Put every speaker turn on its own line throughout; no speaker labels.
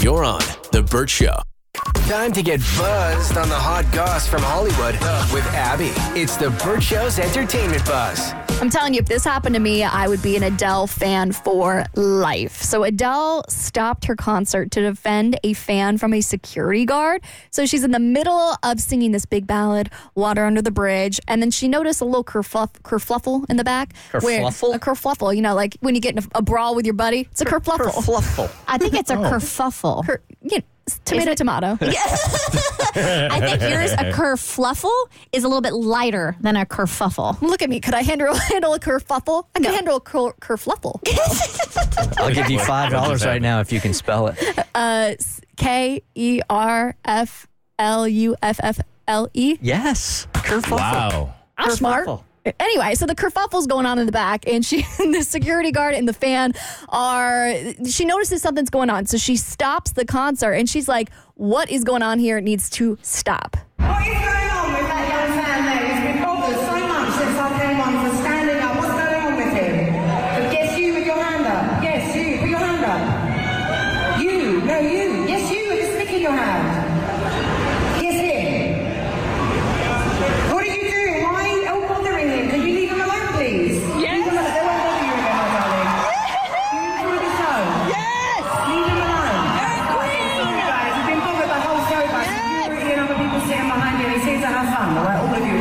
You're on The Burt Show.
Time to get buzzed on the hot goss from Hollywood with Abby. It's the Burt Show's entertainment buzz.
I'm telling you, if this happened to me, I would be an Adele fan for life. So Adele stopped her concert to defend a fan from a security guard. So she's in the middle of singing this big ballad, "Water Under the Bridge," and then she noticed a little kerfluff, kerfluffle in the back.
Kerfluffle?
Where, a kerfluffle, you know, like when you get in a, a brawl with your buddy, it's a kerfluffle.
Kerfluffle.
I think
Oh.
it's a kerfuffle.
Ker- you know, tomato, tomato.
I think yours, a kerfluffle, is a little bit lighter than a kerfuffle.
Look at me. Could I handle handle a kerfluffle? I can handle a ker- kerfluffle.
I'll give you five dollars right now if you can spell it.
K E R F L U F F L E.
Yes. Kerfuffle.
Wow.
I'm smart.
Kerfuffle.
Anyway, so the kerfuffle's going on in the back, and she, and the security guard and the fan are. She notices something's going on, so she stops the concert, and she's like, "What is going on here? It needs to stop."
What is going on with that young man there? He's been bothered so much since I came on for standing up. What's going on with him? Yes, you with your hand up. Yes, you. Put your hand up. You. No, you. Yes, you with the stick in your hand. Yes, him. What are you doing? Why are you all bothering him? Can you leave him alone, please? Yes. Leave him alone. They won't bother you again, my darling. You enjoy this home. Yes. Leave him alone. Sorry, guys. You've been bothered the whole show by security and other people sitting behind you. They seem to have fun, all right? All of you.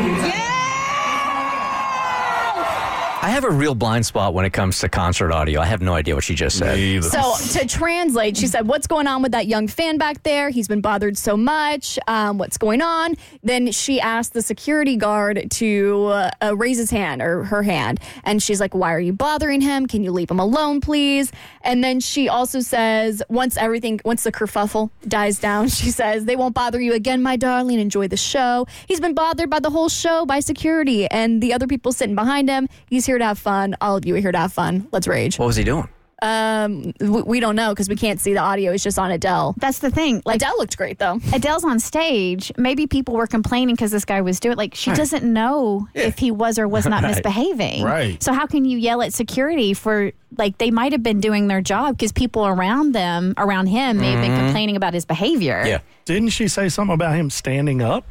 I have a real blind spot when it comes to concert audio. I have no idea what she just said.
So to translate, she said, "What's going on with that young fan back there? He's been bothered so much. Um, what's going on?" Then she asked the security guard to uh, uh, raise his hand or her hand, and she's like, "Why are you bothering him? Can you leave him alone, please?" And then she also says, "Once everything, once the kerfuffle dies down, she says they won't bother you again, my darling. Enjoy the show. He's been bothered by the whole show by security and the other people sitting behind him. He's here to have fun. All of you are here to have fun. Let's rage."
What was he doing?
Um, we, we don't know because we can't see the audio. It's just on Adele.
That's the thing. Like
Adele looked great though.
Adele's on stage. Maybe people were complaining because this guy was doing. Like she doesn't know if he was or was not misbehaving.
Right.
So how can you yell at security for like they might have been doing their job because people around them, around him, may have been complaining about his behavior.
Yeah.
Didn't she say something about him standing up?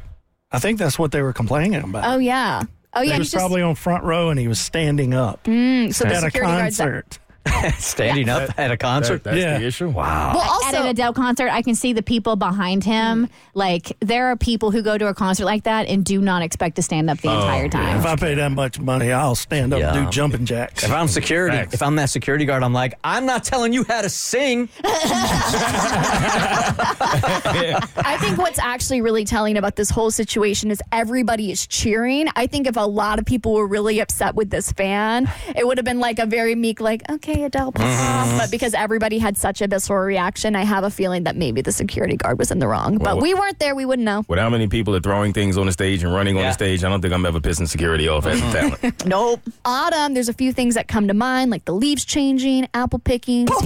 I think that's what they were complaining about.
Oh yeah. Oh yeah.
he
He's
was
just Mm,
probably on front row and he was standing up
so the
at a
security guards.
concert.
Standing up at a concert.
That- that's
Yeah.
the issue. Wow.
Well,
at an
also
Adele concert, I can see the people behind him. Like there are people who go to a concert like that and do not expect to stand up the entire time.
If I pay that much money, I'll stand up and
Yeah.
do jumping jacks.
If I'm security, if I'm that security guard, I'm like, I'm not telling you how to sing.
I think what's actually really telling about this whole situation is everybody is cheering. I think if a lot of people were really upset with this fan, it would have been like a very meek, like, okay, Adele, piss off. But because everybody had such a visceral reaction, I have a feeling that maybe the security guard was in the wrong.
Well,
but we weren't there. We wouldn't know.
With how many people are throwing things on the stage and running on
Yeah.
the stage, I don't think I'm ever pissing security off as a talent.
Nope.
Autumn, there's a few things that come to mind, like the leaves changing, apple picking.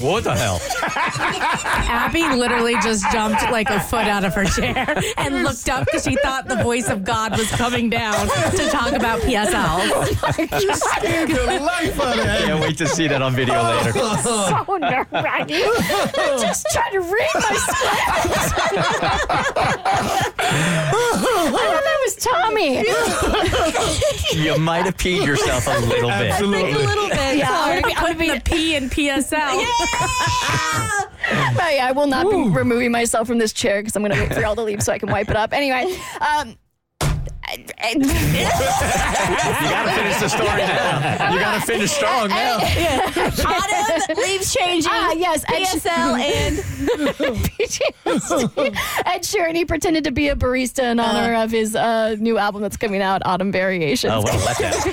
What the hell?
Abby literally just jumped like a foot out of her chair and looked up because she thought the voice of God was coming down to talk about PSL.
Can't wait to see that on video later.
so nerve wracking. just trying to read my script. I thought that was Tommy.
You might have peed yourself a little bit.
A little bit. Yeah, I'm gonna put the P in PSL.
But yeah, I will not be removing myself from this chair because I'm going to wait for all the leaves so I can wipe it up. Anyway, um, I- I-
You gotta finish the story now. You gotta finish strong now.
Autumn leaves changing.
ah, yes, Ed Sh-
PSL and
Ed Sheeran he pretended to be a barista in honor of his uh, new album that's coming out, Autumn Variations.
Oh, well, let that.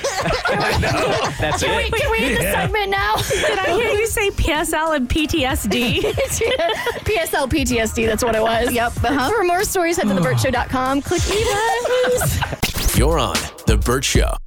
no, that's
Can we,
it.
can we end the segment now?
Did I hear you say PSL and PTSD?
PSL PTSD, that's what it was. Yep. Uh-huh. For more stories, head to thebirdshow.com. Click emails.
You're on The Burt Show.